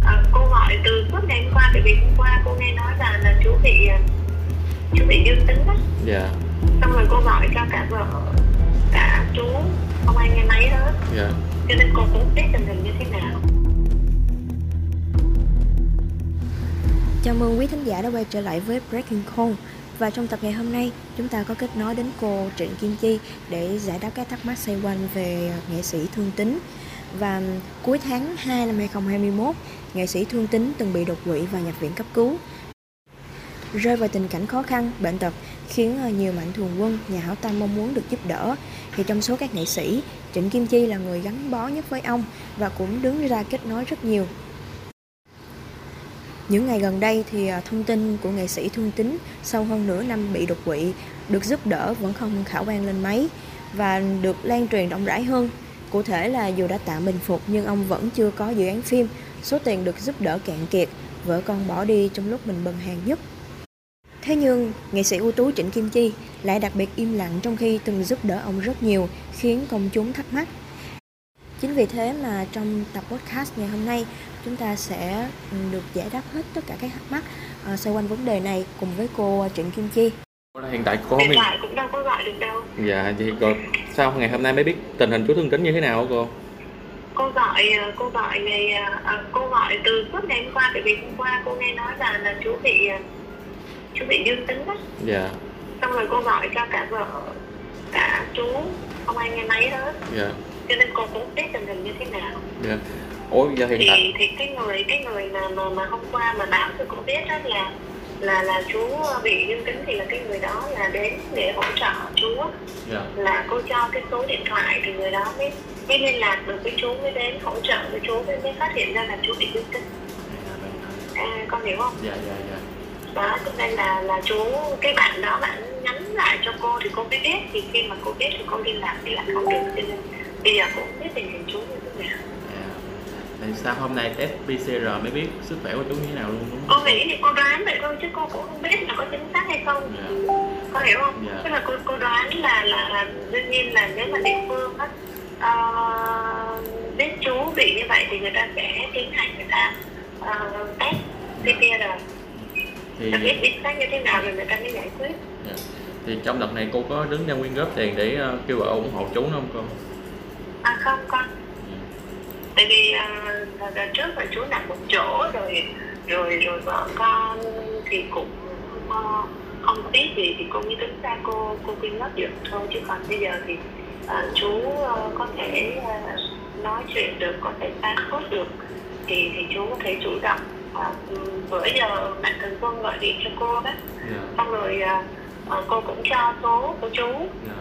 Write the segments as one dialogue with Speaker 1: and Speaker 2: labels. Speaker 1: Ờ, ngày hôm qua bởi vì hôm qua cô nghe nói là là chú bị ờ, chú bị dương tính đó
Speaker 2: dạ
Speaker 1: xong rồi cô gọi cho cả vợ cả chú không ai nghe máy hết
Speaker 2: dạ
Speaker 1: cho nên cô cũng biết tình hình như thế nào
Speaker 3: Chào mừng quý thính giả đã quay trở lại với Breaking Call Và trong tập ngày hôm nay chúng ta có kết nối đến cô Trịnh Kim Chi Để giải đáp các thắc mắc xoay quanh về nghệ sĩ Thương Tín Và cuối tháng 2 năm 2021 Nghệ sĩ Thương Tín từng bị đột quỵ và nhập viện cấp cứu Rơi vào tình cảnh khó khăn, bệnh tật Khiến ờ, nhiều mạnh thường quân, nhà hảo tâm mong muốn được giúp đỡ Thì trong số các nghệ sĩ Trịnh Kim Chi là người gắn bó nhất với ông Và cũng đứng ra kết nối rất nhiều những ngày gần đây thì à, thông tin của nghệ sĩ Thương Tín sau hơn nửa năm bị đột quỵ được giúp đỡ vẫn không khả quan lên máy và được lan truyền rộng rãi hơn. Cụ thể là dù đã tạm bình phục nhưng ông vẫn chưa có dự án phim, số tiền được giúp đỡ cạn kiệt, vợ con bỏ đi trong lúc mình bần hàng nhất. Thế nhưng, nghệ sĩ ưu tú Trịnh Kim Chi lại đặc biệt im lặng trong khi từng giúp đỡ ông rất nhiều, khiến công chúng thắc mắc. Chính vì thế mà trong tập podcast ngày hôm nay, chúng ta sẽ ừ, được giải đáp hết tất cả các thắc mắc ờ, xoay quanh vấn đề này cùng với cô ờ, Trịnh Kim Chi.
Speaker 2: Cô là hiện tại cô không
Speaker 1: điện
Speaker 2: hiện
Speaker 1: thoại cũng đâu có gọi được đâu
Speaker 2: dạ thì cô sao ngày hôm nay mới biết tình hình chú thương tính như thế nào hả cô
Speaker 1: cô gọi ờ, cô gọi ngày ờ, ờ, cô gọi từ suốt ngày hôm qua bởi vì hôm qua cô nghe nói là là chú bị ờ, chú bị dương tính đó
Speaker 2: dạ
Speaker 1: xong rồi cô gọi cho cả vợ cả chú không ai nghe máy hết
Speaker 2: dạ
Speaker 1: cho nên cô cũng biết tình hình như thế nào
Speaker 2: dạ ủa giờ hiện tại
Speaker 1: thì thì cái người cái người mà mà mà hôm qua mà báo cho cô biết đó là là là chú bị dương tính thì là cái người đó là đến để hỗ trợ chú á.
Speaker 2: dạ
Speaker 1: là cô cho cái số điện thoại thì người đó mới mới liên lạc được với chú mới đến hỗ trợ với chú mới mới phát hiện ra là chú bị dương tính à, con hiểu không
Speaker 2: dạ dạ dạ
Speaker 1: đó cho nên là là chú cái bạn đó bạn nhắn lại cho cô thì cô mới biết thì khi mà cô biết thì cô liên lạc thì lại không được cho nên bây giờ cô cũng biết tình hình chú như thế nào
Speaker 2: tại sao hôm nay test pcr mới biết sức khỏe của chú như thế nào luôn đúng
Speaker 1: cô nghĩ thì cô đoán vậy thôi chứ cô cũng không biết là có chính xác hay không
Speaker 2: dạ
Speaker 1: con hiểu không
Speaker 2: Dạ.
Speaker 1: tức là cô cô đoán là là, là đương nhiên là nếu mà địa phương á ờ, biết chú bị như vậy thì người ta sẽ tiến hành người ta ờ, test PCR
Speaker 2: thì
Speaker 1: là biết chính xác như thế nào rồi người ta mới giải quyết
Speaker 2: thì trong đợt này cô có đứng ra quyên góp tiền để ờ, kêu gọi ủng hộ chú nữa không cô
Speaker 1: à không con tại vì ờ, đợt- đợt trước là chú nằm một chỗ rồi rồi rồi vợ con thì cũng ờ, không biết gì thì cô mới tính ra cô cô quyên góp được thôi chứ còn bây giờ thì ờ, chú ờ, có thể ờ, nói chuyện được có thể tán cốt được thì thì chú có thể chủ động Ờ, ừ, bữa giờ bạn thường quân gọi điện cho cô đó
Speaker 2: dạ
Speaker 1: xong rồi ờ, ờ, cô cũng cho số của chú
Speaker 2: dạ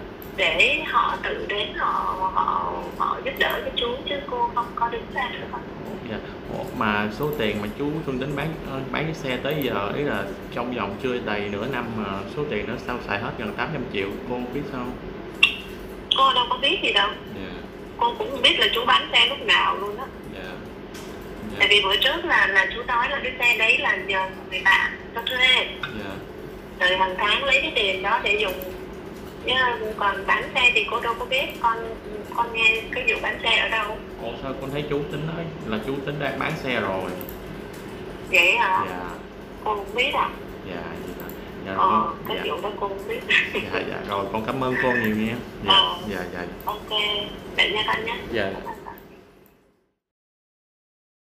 Speaker 1: để họ tự đến họ họ họ giúp đỡ cho chú chứ cô không có đứng ra được không
Speaker 2: Dạ. Ủa, mà số tiền mà chú Xuân tính bán ờ, bán cái xe tới giờ ấy là trong vòng chưa đầy nửa năm mà số tiền nó sao xài hết gần 800 triệu cô không biết sao không?
Speaker 1: cô đâu có biết gì đâu
Speaker 2: Dạ,
Speaker 1: cô cũng không biết là chú bán xe lúc nào luôn á
Speaker 2: dạ,
Speaker 1: tại vì bữa trước là là chú nói là cái xe đấy là nhờ người bạn cho thuê
Speaker 2: dạ,
Speaker 1: rồi hàng tháng lấy cái tiền đó để dùng chứ còn bán xe thì cô đâu có biết con con nghe cái vụ bán xe ở đâu
Speaker 2: Ủa sao con thấy chú tính nói là chú tính đang bán xe rồi
Speaker 1: vậy hả
Speaker 2: Dạ,
Speaker 1: cô không biết à
Speaker 2: dạ, vậy là- dạ,
Speaker 1: ờ
Speaker 2: con-
Speaker 1: cái
Speaker 2: dạ,
Speaker 1: vụ đó cô không biết
Speaker 2: dạ, dạ, rồi con cảm ơn cô nhiều nha Dạ,
Speaker 1: Ờ.
Speaker 2: dạ, dạ
Speaker 1: ok vậy nha con nhé
Speaker 2: Dạ,